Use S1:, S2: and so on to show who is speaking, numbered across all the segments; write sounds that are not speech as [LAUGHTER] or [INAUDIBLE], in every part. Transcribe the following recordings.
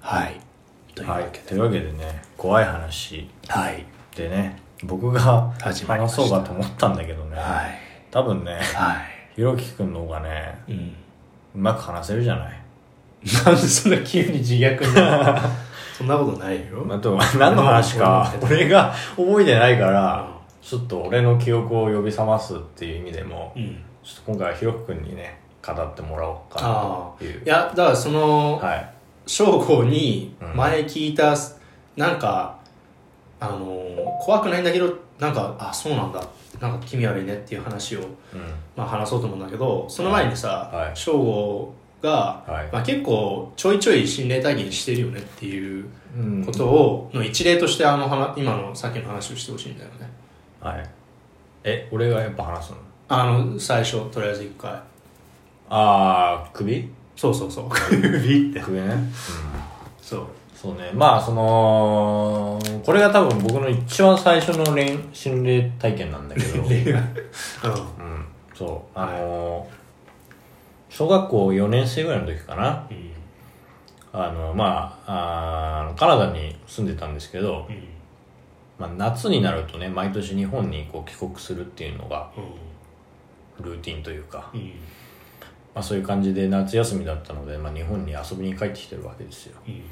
S1: はいというわ
S2: は
S1: け
S2: い
S1: で、
S2: というわけでね怖い話
S1: はい
S2: でね僕が
S1: 始まりました
S2: 話そうかと思ったんだけどね、
S1: はい
S2: 多分ね
S1: は
S2: ひろきくんの方がね
S1: いうん
S2: うまく話せるじゃない
S1: なんでそんな急に自虐になるの [LAUGHS] そんなことないよ、
S2: あと何の話か
S1: うん
S2: 俺が覚えてないから、
S1: うん
S2: ちょっと俺の記憶を呼び覚ますっていう意味でも、
S1: うん
S2: ちょっと今回はひろきくんにね語ってもらおうか
S1: あ
S2: な
S1: あ
S2: という
S1: いやだからその
S2: はい
S1: 翔吾に
S2: うん
S1: 前聞いた、なんかあのー怖くないんだけどなんかあそうなんだなんか気味悪いねっていう話を、
S2: うん
S1: まあ、話そうと思うんだけどその前に
S2: は
S1: さ
S2: い
S1: 翔吾、が、
S2: はい
S1: まあ、結構ちょいちょい心霊体験してるよねっていう
S2: うん
S1: ことを、の一例としてあの話今のさっきの話をしてほしいんだよね
S2: はいえ俺がやっぱ話すの
S1: あの最初とりあえず一回
S2: ああ首
S1: そうそうそう首って
S2: 首ね、うん、
S1: そう
S2: そうねまあそのこれが多分僕の一番最初の恋心霊体験なんだけ
S1: [LAUGHS]
S2: ど
S1: 恋愛
S2: うんそうあのー小学校4年生ぐらいの時かな
S1: うんうん
S2: あのまああーカナダに住んでたんですけど、
S1: うん
S2: まあ、夏になるとね毎年日本にこう帰国するっていうのがルーティンというか、
S1: うん
S2: まあ、そういう感じで夏休みだったので、まあ、日本に遊びに帰ってきてるわけですよ
S1: うん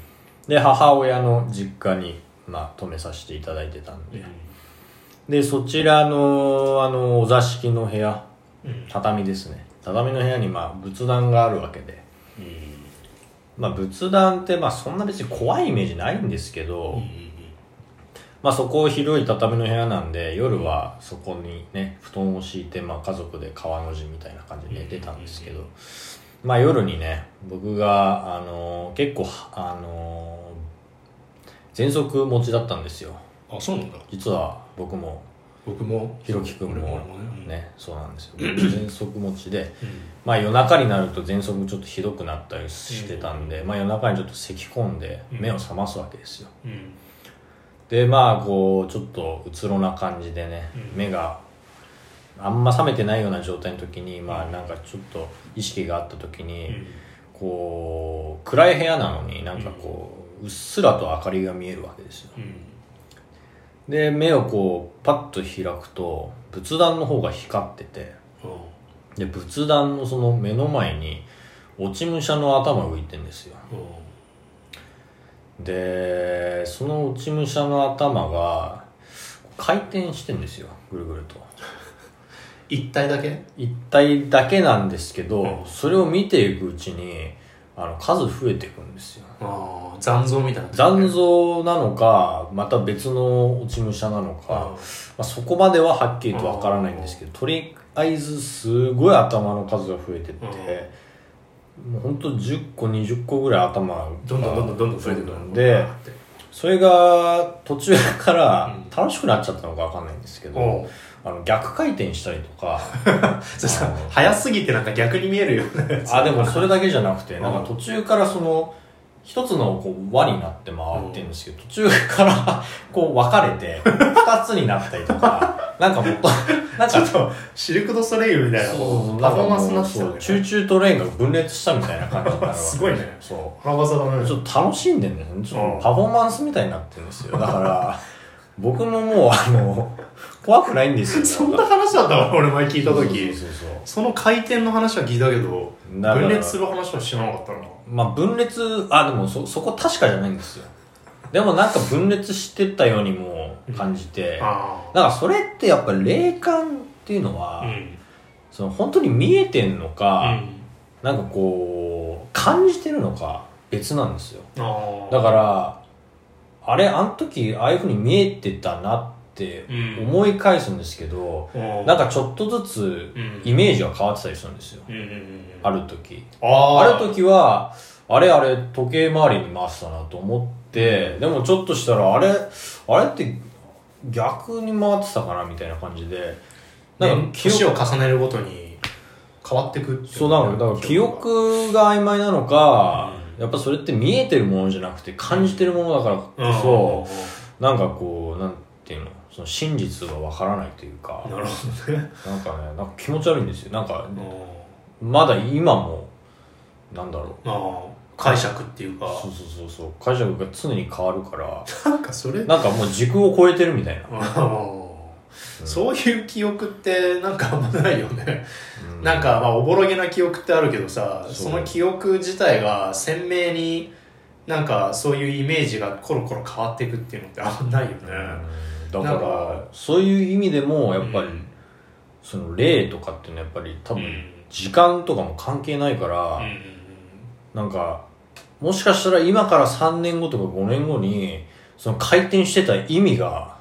S2: で母親の実家に、まあ、泊めさせていただいてたんで、でそちらのあのお座敷の部屋
S1: うん
S2: 畳ですね畳の部屋にまあ仏壇があるわけで、
S1: う
S2: まあ、仏壇ってまあそんな別に怖いイメージないんですけど、
S1: ん
S2: まあ、そこ広い畳の部屋なんで夜はそこにね布団を敷いて、まあ、家族で川の字みたいな感じで寝てたんですけど、まあ、夜にね僕が、あのー結構、あのー喘息持ちだったんですよ
S1: あそうなんだ
S2: 実は僕も
S1: 僕も
S2: ひろきくん
S1: 俺
S2: も
S1: 俺ね
S2: ねそうなんですよ僕喘息持ちで、まあ、夜中になると喘息ちょっとひどくなったりしてたんで、まあ、夜中にちょっと咳き込んで目を覚ますわけですよ
S1: うんうん
S2: でまあこうちょっとうつろな感じでね、
S1: うん
S2: 目があんま覚めてないような状態の時にまあなんかちょっと意識があった時に、こう暗い部屋なのになんかこう、うっすらと明かりが見えるわけですよ
S1: うん
S2: で目をこうパッと開くと仏壇の方が光ってて
S1: うん
S2: で仏壇のその目の前に落ち武者の頭が浮いてんですよでその落ち武者の頭が回転してんですよぐるぐると
S1: 一体だけ
S2: 一体だけなんですけど、
S1: うん
S2: それを見ていくうちにあの数増えていくんですよ
S1: ああ残像みたいな
S2: 残像なのかまた別の落ち武者なのか、まあ、そこまでははっきりとわからないんですけど、とりあえずすごい頭の数が増えてって、もうほんと10個20個ぐらい頭が
S1: どんどんどんどんどんどん増えてくる
S2: でそれが途中から
S1: うん
S2: 楽しくなっちゃったのかわかんないんですけど、
S1: おう
S2: あの逆回転したりと
S1: [LAUGHS]
S2: か
S1: それさ早すぎてなんか逆に見えるよね
S2: あでもそれだけじゃなくて
S1: うん
S2: なんか途中からその一つのこう輪になって回ってるんですけど、途中からこう分かれて二つになったりとかなんかもっ
S1: [LAUGHS]
S2: となんか
S1: ちょっとシルク・ドゥ・ソレイユみたいなパフォーマンスになってた
S2: そ
S1: わ
S2: う
S1: け
S2: チューチュートレインが分裂したみたいな感じになるわけ
S1: [LAUGHS] すごいね
S2: そう
S1: 花笠だね
S2: ちょっと楽しんでんだよね。ちょっ
S1: うん
S2: とパフォーマンスみたいになってるんですよ。だから、僕ももう、あの、怖くないんです
S1: [LAUGHS]
S2: よ。
S1: そんな話だったわ俺前聞いた時
S2: そうそうそうそう
S1: その回転の話は聞いたけど
S2: だから
S1: 分裂する話は知らなかったな
S2: まあ、分裂、あ、でもそ、そこ確かじゃないんですよ。でもなんか分裂してったようにも感じて、
S1: あ
S2: だからそれってやっぱ霊感っていうのは、
S1: あうん
S2: その本当に見えてんの
S1: う
S2: か、
S1: ん
S2: なんかこう、感じてるのか別なんですよ。
S1: ああ
S2: だからあれあの時ああいうふうに見えてたなって
S1: うん
S2: 思い返すんですけど、
S1: な
S2: なんかちょっとずつ
S1: うん
S2: イメージが変わってたりするんですよ、
S1: うんうんうんうん
S2: ある時
S1: あー
S2: ある時はあれあれ時計回りに回したなと思ってでもちょっとしたらあれあれって逆に回ってたかなみたいな感じでな
S1: ね
S2: んか記憶
S1: 年を重ねるごとに変わってくってい
S2: そうなんだだから記憶が曖昧なのか、やっぱそれって見えてるものじゃなくて感じてるものだからこ
S1: うん
S2: そ、なんかこうなんていうのその真実がわからないというか
S1: なるほど
S2: [LAUGHS]
S1: ね
S2: なんかねなんか気持ち悪いんですよなんか
S1: うん
S2: まだ今もなんだろう
S1: あ解釈っていうか
S2: そうそうそうそう解釈が常に変わるから
S1: なんかそれ
S2: なんかもう時空を超えてるみたいな、
S1: うんそういう記憶ってなんかあんまないよね、
S2: う
S1: なんかまあおぼろげな記憶ってあるけどさ
S2: そう
S1: その記憶自体が鮮明になんかそういうイメージがコロコロ変わっていくっていうのってあんまないよね、
S2: だか
S1: な
S2: ら
S1: んか
S2: そういう意味でもやっぱり、
S1: うん
S2: その霊とかっていうのはやっぱり多
S1: うん
S2: 分時間とかも関係ないから、
S1: うん
S2: なんかもしかしたら今から3年後とか5年後にその回転してた意味が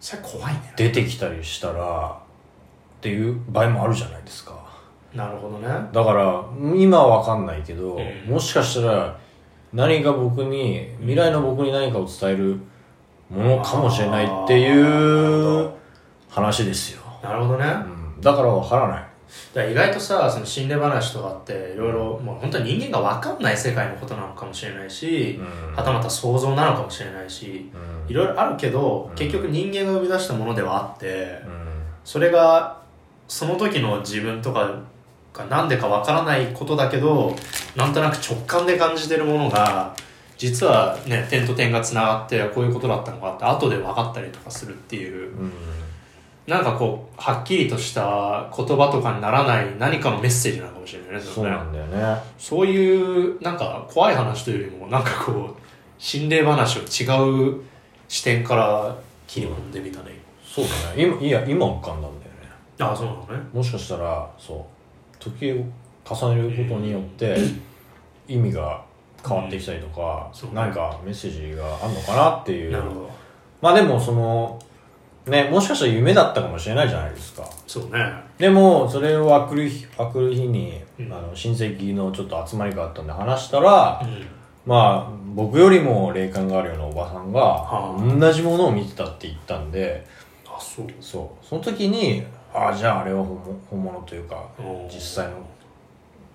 S1: それ怖いね
S2: 出てきたりしたらっていう場合もあるじゃないですか
S1: なるほどね
S2: だから今は分かんないけど、
S1: うん
S2: もしかしたら何か僕に未来の僕に何かを伝えるものかもしれないっていう話ですよ、
S1: なるほどね、
S2: うん、だから分からない
S1: だから意外とさその心霊話とかっていろいろもう本当に人間が分かんない世界のことなのかもしれないし、
S2: うん
S1: はたまた想像なのかもしれないし
S2: うん
S1: いろいろあるけど、
S2: うん
S1: 結局人間が生み出したものではあって
S2: うん
S1: それがその時の自分とかが何でか分からないことだけどなんとなく直感で感じてるものが実はね点と点がつながってこういうことだったのかって後で分かったりとかするっていう
S2: うん
S1: なんかこう、はっきりとした言葉とかにならない何かのメッセージなのかもしれないね、
S2: そ
S1: れ
S2: う
S1: ね
S2: なんだよね
S1: そういう、なんか怖い話というよりも、なんかこう、心霊話を違う視点から切り込んでみたね。
S2: そうだね今いや今浮かんだんだよね
S1: ああ、そうなのね。
S2: もしかしたらそう時計を重ねることによって意味が変わってきたりとか、
S1: そうね
S2: なんかメッセージがあるのかなっていう
S1: なるほど。
S2: まあでもそのねもしかしたら夢だったかもしれないじゃないですか
S1: そうね。
S2: でもそれをあくる日あくる日に、
S1: うん
S2: あの親戚のちょっと集まりがあったんで話したら、
S1: うん。
S2: まあ僕よりも霊感があるようなおばさんが
S1: は
S2: 同じものを見てたって言ったんで
S1: あ、そう。
S2: そうその時にああじゃああれは本物本物というか
S1: うん
S2: 実際の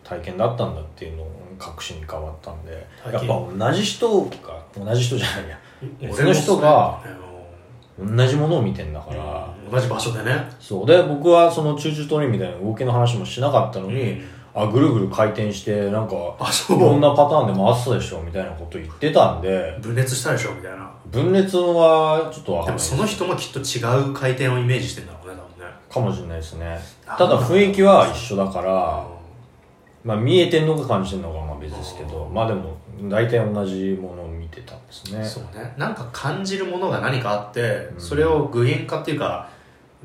S2: 体験だったんだっていうのを確信に変わったんでや
S1: 体
S2: っ
S1: 験
S2: ぱ同じ人が同じ人じゃないや
S1: 俺も
S2: 別の人が
S1: そうだよね
S2: 同じものを見てんだから、
S1: うん同じ場所でね。
S2: そうで僕はそのチューチュートリみたいな動きの話もしなかったのに、
S1: うん
S2: あぐるぐる回転してなんか
S1: あ、そ
S2: いろん
S1: う。
S2: なパターンで回ってたでしょみたいなこと言ってたんで
S1: 分裂したでしょ、みたいな。
S2: 分裂はちょっとわか
S1: で
S2: んな
S1: も
S2: い
S1: その人もきっと違う回転をイメージしてんだろうね、多分ね。
S2: かもしれないですね
S1: なん
S2: た
S1: だろ
S2: だ
S1: う
S2: 雰囲気は一緒だか
S1: あ
S2: ら、まあ、見えてんのか感じてんのかはまあ別ですけどまあでも大体同じものを見てたんですね
S1: そうねなんか感じるものが何かあって、
S2: うん
S1: それを具現化っていうか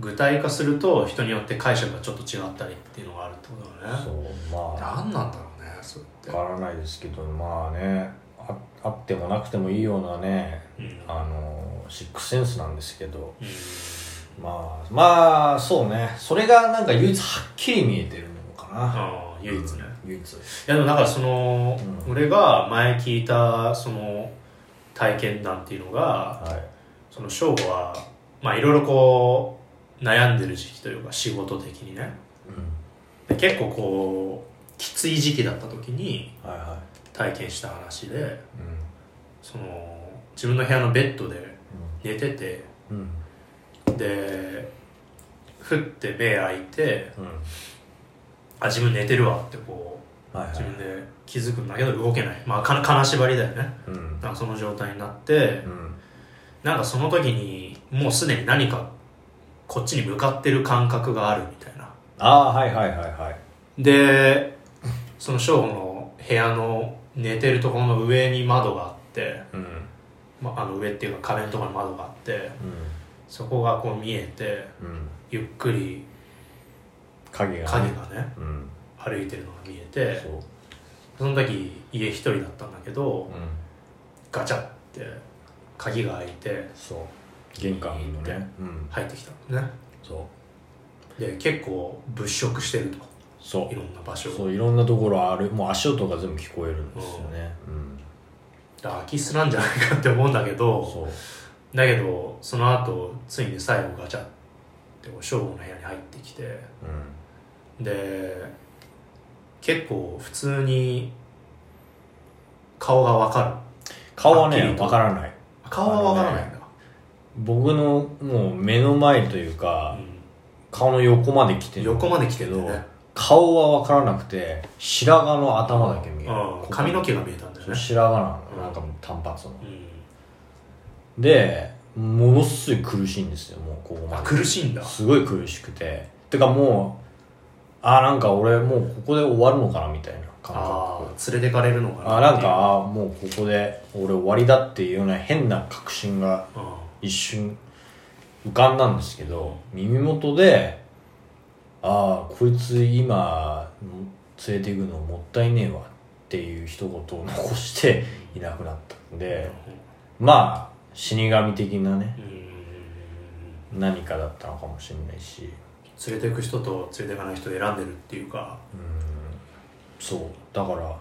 S1: 具体化すると人によって解釈がちょっと違ったりっていうのがあるってことだ
S2: そ
S1: ね
S2: うまあ
S1: 何なんだろうねそれって
S2: わからないですけどまあねああってもなくてもいいようなね
S1: うん
S2: あのシックスセンスなんですけど
S1: うん
S2: まあまあそうねそれがなんか唯一はっきり見えてるのかな
S1: ああ唯一ね、い
S2: 唯一
S1: やでもだからその、
S2: うん
S1: 俺が前聞いたその体験談っていうのが
S2: はい
S1: その翔吾はまあいろいろこう悩んでる時期というか仕事的にね
S2: う
S1: で
S2: ん
S1: 結構こうきつい時期だった時に
S2: はいはい
S1: 体験した話で
S2: う
S1: その自分の部屋のベッドで寝てて
S2: んうん
S1: でふって目開いて
S2: うん
S1: あ自分寝てるわってこ
S2: はいうは
S1: 自
S2: い
S1: 分で気づくんだけど動けないまあか金縛りだよね
S2: うんうん
S1: なんかその状態になって
S2: うん
S1: なんかその時にもうすでに何かこっちに向かってる感覚があるみたいな
S2: ああーはいはいはいはい
S1: でその正午の部屋の寝てるところの上に窓があって、
S2: うん
S1: まあ、あの上っていうか壁のところに窓があってそこがこう見えて
S2: うんうん
S1: ゆっくり
S2: 影が
S1: 影
S2: ね
S1: がね
S2: うん
S1: 歩いてるのが見えて
S2: そう
S1: その時家一人だったんだけど
S2: うん
S1: ガチャって鍵が開いて
S2: そう玄関のねうん
S1: 入ってきたのね
S2: そう
S1: で結構物色してると
S2: そう
S1: いろんな場所を
S2: そういろんなところあるもう足音が全部聞こえるんですよね、うん、
S1: だから空き巣なんじゃないかって思うんだけど
S2: そう
S1: だけどその後ついに最後ガチャってこう正吾の部屋に入ってきて
S2: う
S1: で結構普通に顔が分か
S2: ん顔は
S1: はっき
S2: ね
S1: りと
S2: わからな
S1: る
S2: い
S1: 顔は分からないんだ、
S2: 僕のもう目の前というか、
S1: うん
S2: 顔の横まで来てる
S1: 横まで来て
S2: け
S1: る
S2: ど、
S1: んだね
S2: 顔は分からなくて白髪の頭だけ見える
S1: うん髪の毛が見えたんだよね
S2: 白髪なのなんかもう単発の
S1: うん
S2: でものすごい苦しいんですよもうここま
S1: あ
S2: で
S1: 苦しいんだ
S2: すごい苦しくててかもうあなんか俺もうここで終わるのかなみたいな感
S1: あ
S2: 覚
S1: あ連れてかれるのかな
S2: あなんかあもうここで俺終わりだっていうような変な確信が
S1: うん
S2: 一瞬浮かんだんですけど耳元で「ああこいつ今連れていくのもったいねえわ」っていう一言を残していなくなったんでまあ死神的なね
S1: うん
S2: 何かだったのかもしれないし
S1: 連れてく人と連れてかない人を選んでるっていうか
S2: そうだから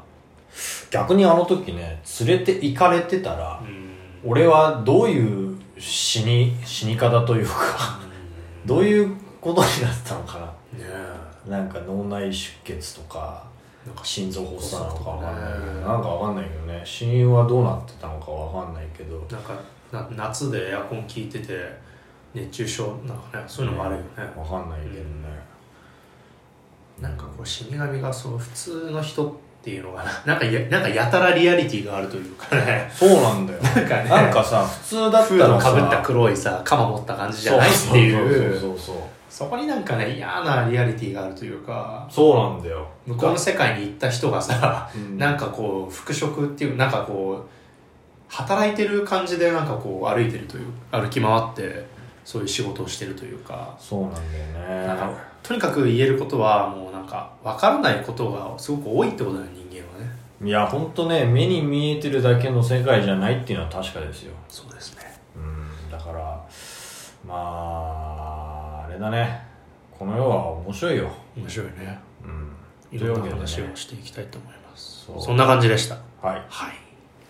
S2: 逆にあの時ね連れて行かれてたら
S1: うん
S2: 俺はどういう死に死に方というか [LAUGHS] どういうことになってたのかな
S1: ねえ
S2: なんか脳内出血とか
S1: なんか
S2: 心臓発作なのかわかんないけど、
S1: ね
S2: なんかわかんないけどね死因はどうなってたのかわかんないけど
S1: なんかな夏でエアコン効いてて熱中症なんかねそういうのもあるよね
S2: わかんないけどね、
S1: なんかこう死神がそう普通の人っていうのが [LAUGHS] ななんかやなんかやたらリアリティがあるというか [LAUGHS] ね
S2: そうなんだよなん
S1: かね
S2: なんかさ普通だった
S1: フード
S2: ら
S1: か
S2: さ
S1: ぶった黒いさ鎌持った感じじゃないっていう
S2: そうそうそうそう
S1: そこになんかね嫌なリアリティがあるというか
S2: そうなんだよ
S1: 向こうの世界に行った人がさ、
S2: うん
S1: なんかこう服飾っていうなんかこう働いてる感じでなんかこう歩いてるという歩き回ってそういう仕事をしてるというか
S2: そうなんだよね
S1: なんかとにかく言えることはもうなんか分からないことがすごく多いってことだよ人間はね
S2: いやほんとね目に見えてるだけの世界じゃないっていうのは確かですよ
S1: そうですね
S2: うんだからまああれだねこの世は面白いよ
S1: 面白いね
S2: うん
S1: いろんな
S2: というわけ
S1: 話
S2: でね
S1: をしていきたいと思います
S2: そう
S1: そんな感じでした
S2: はい
S1: はい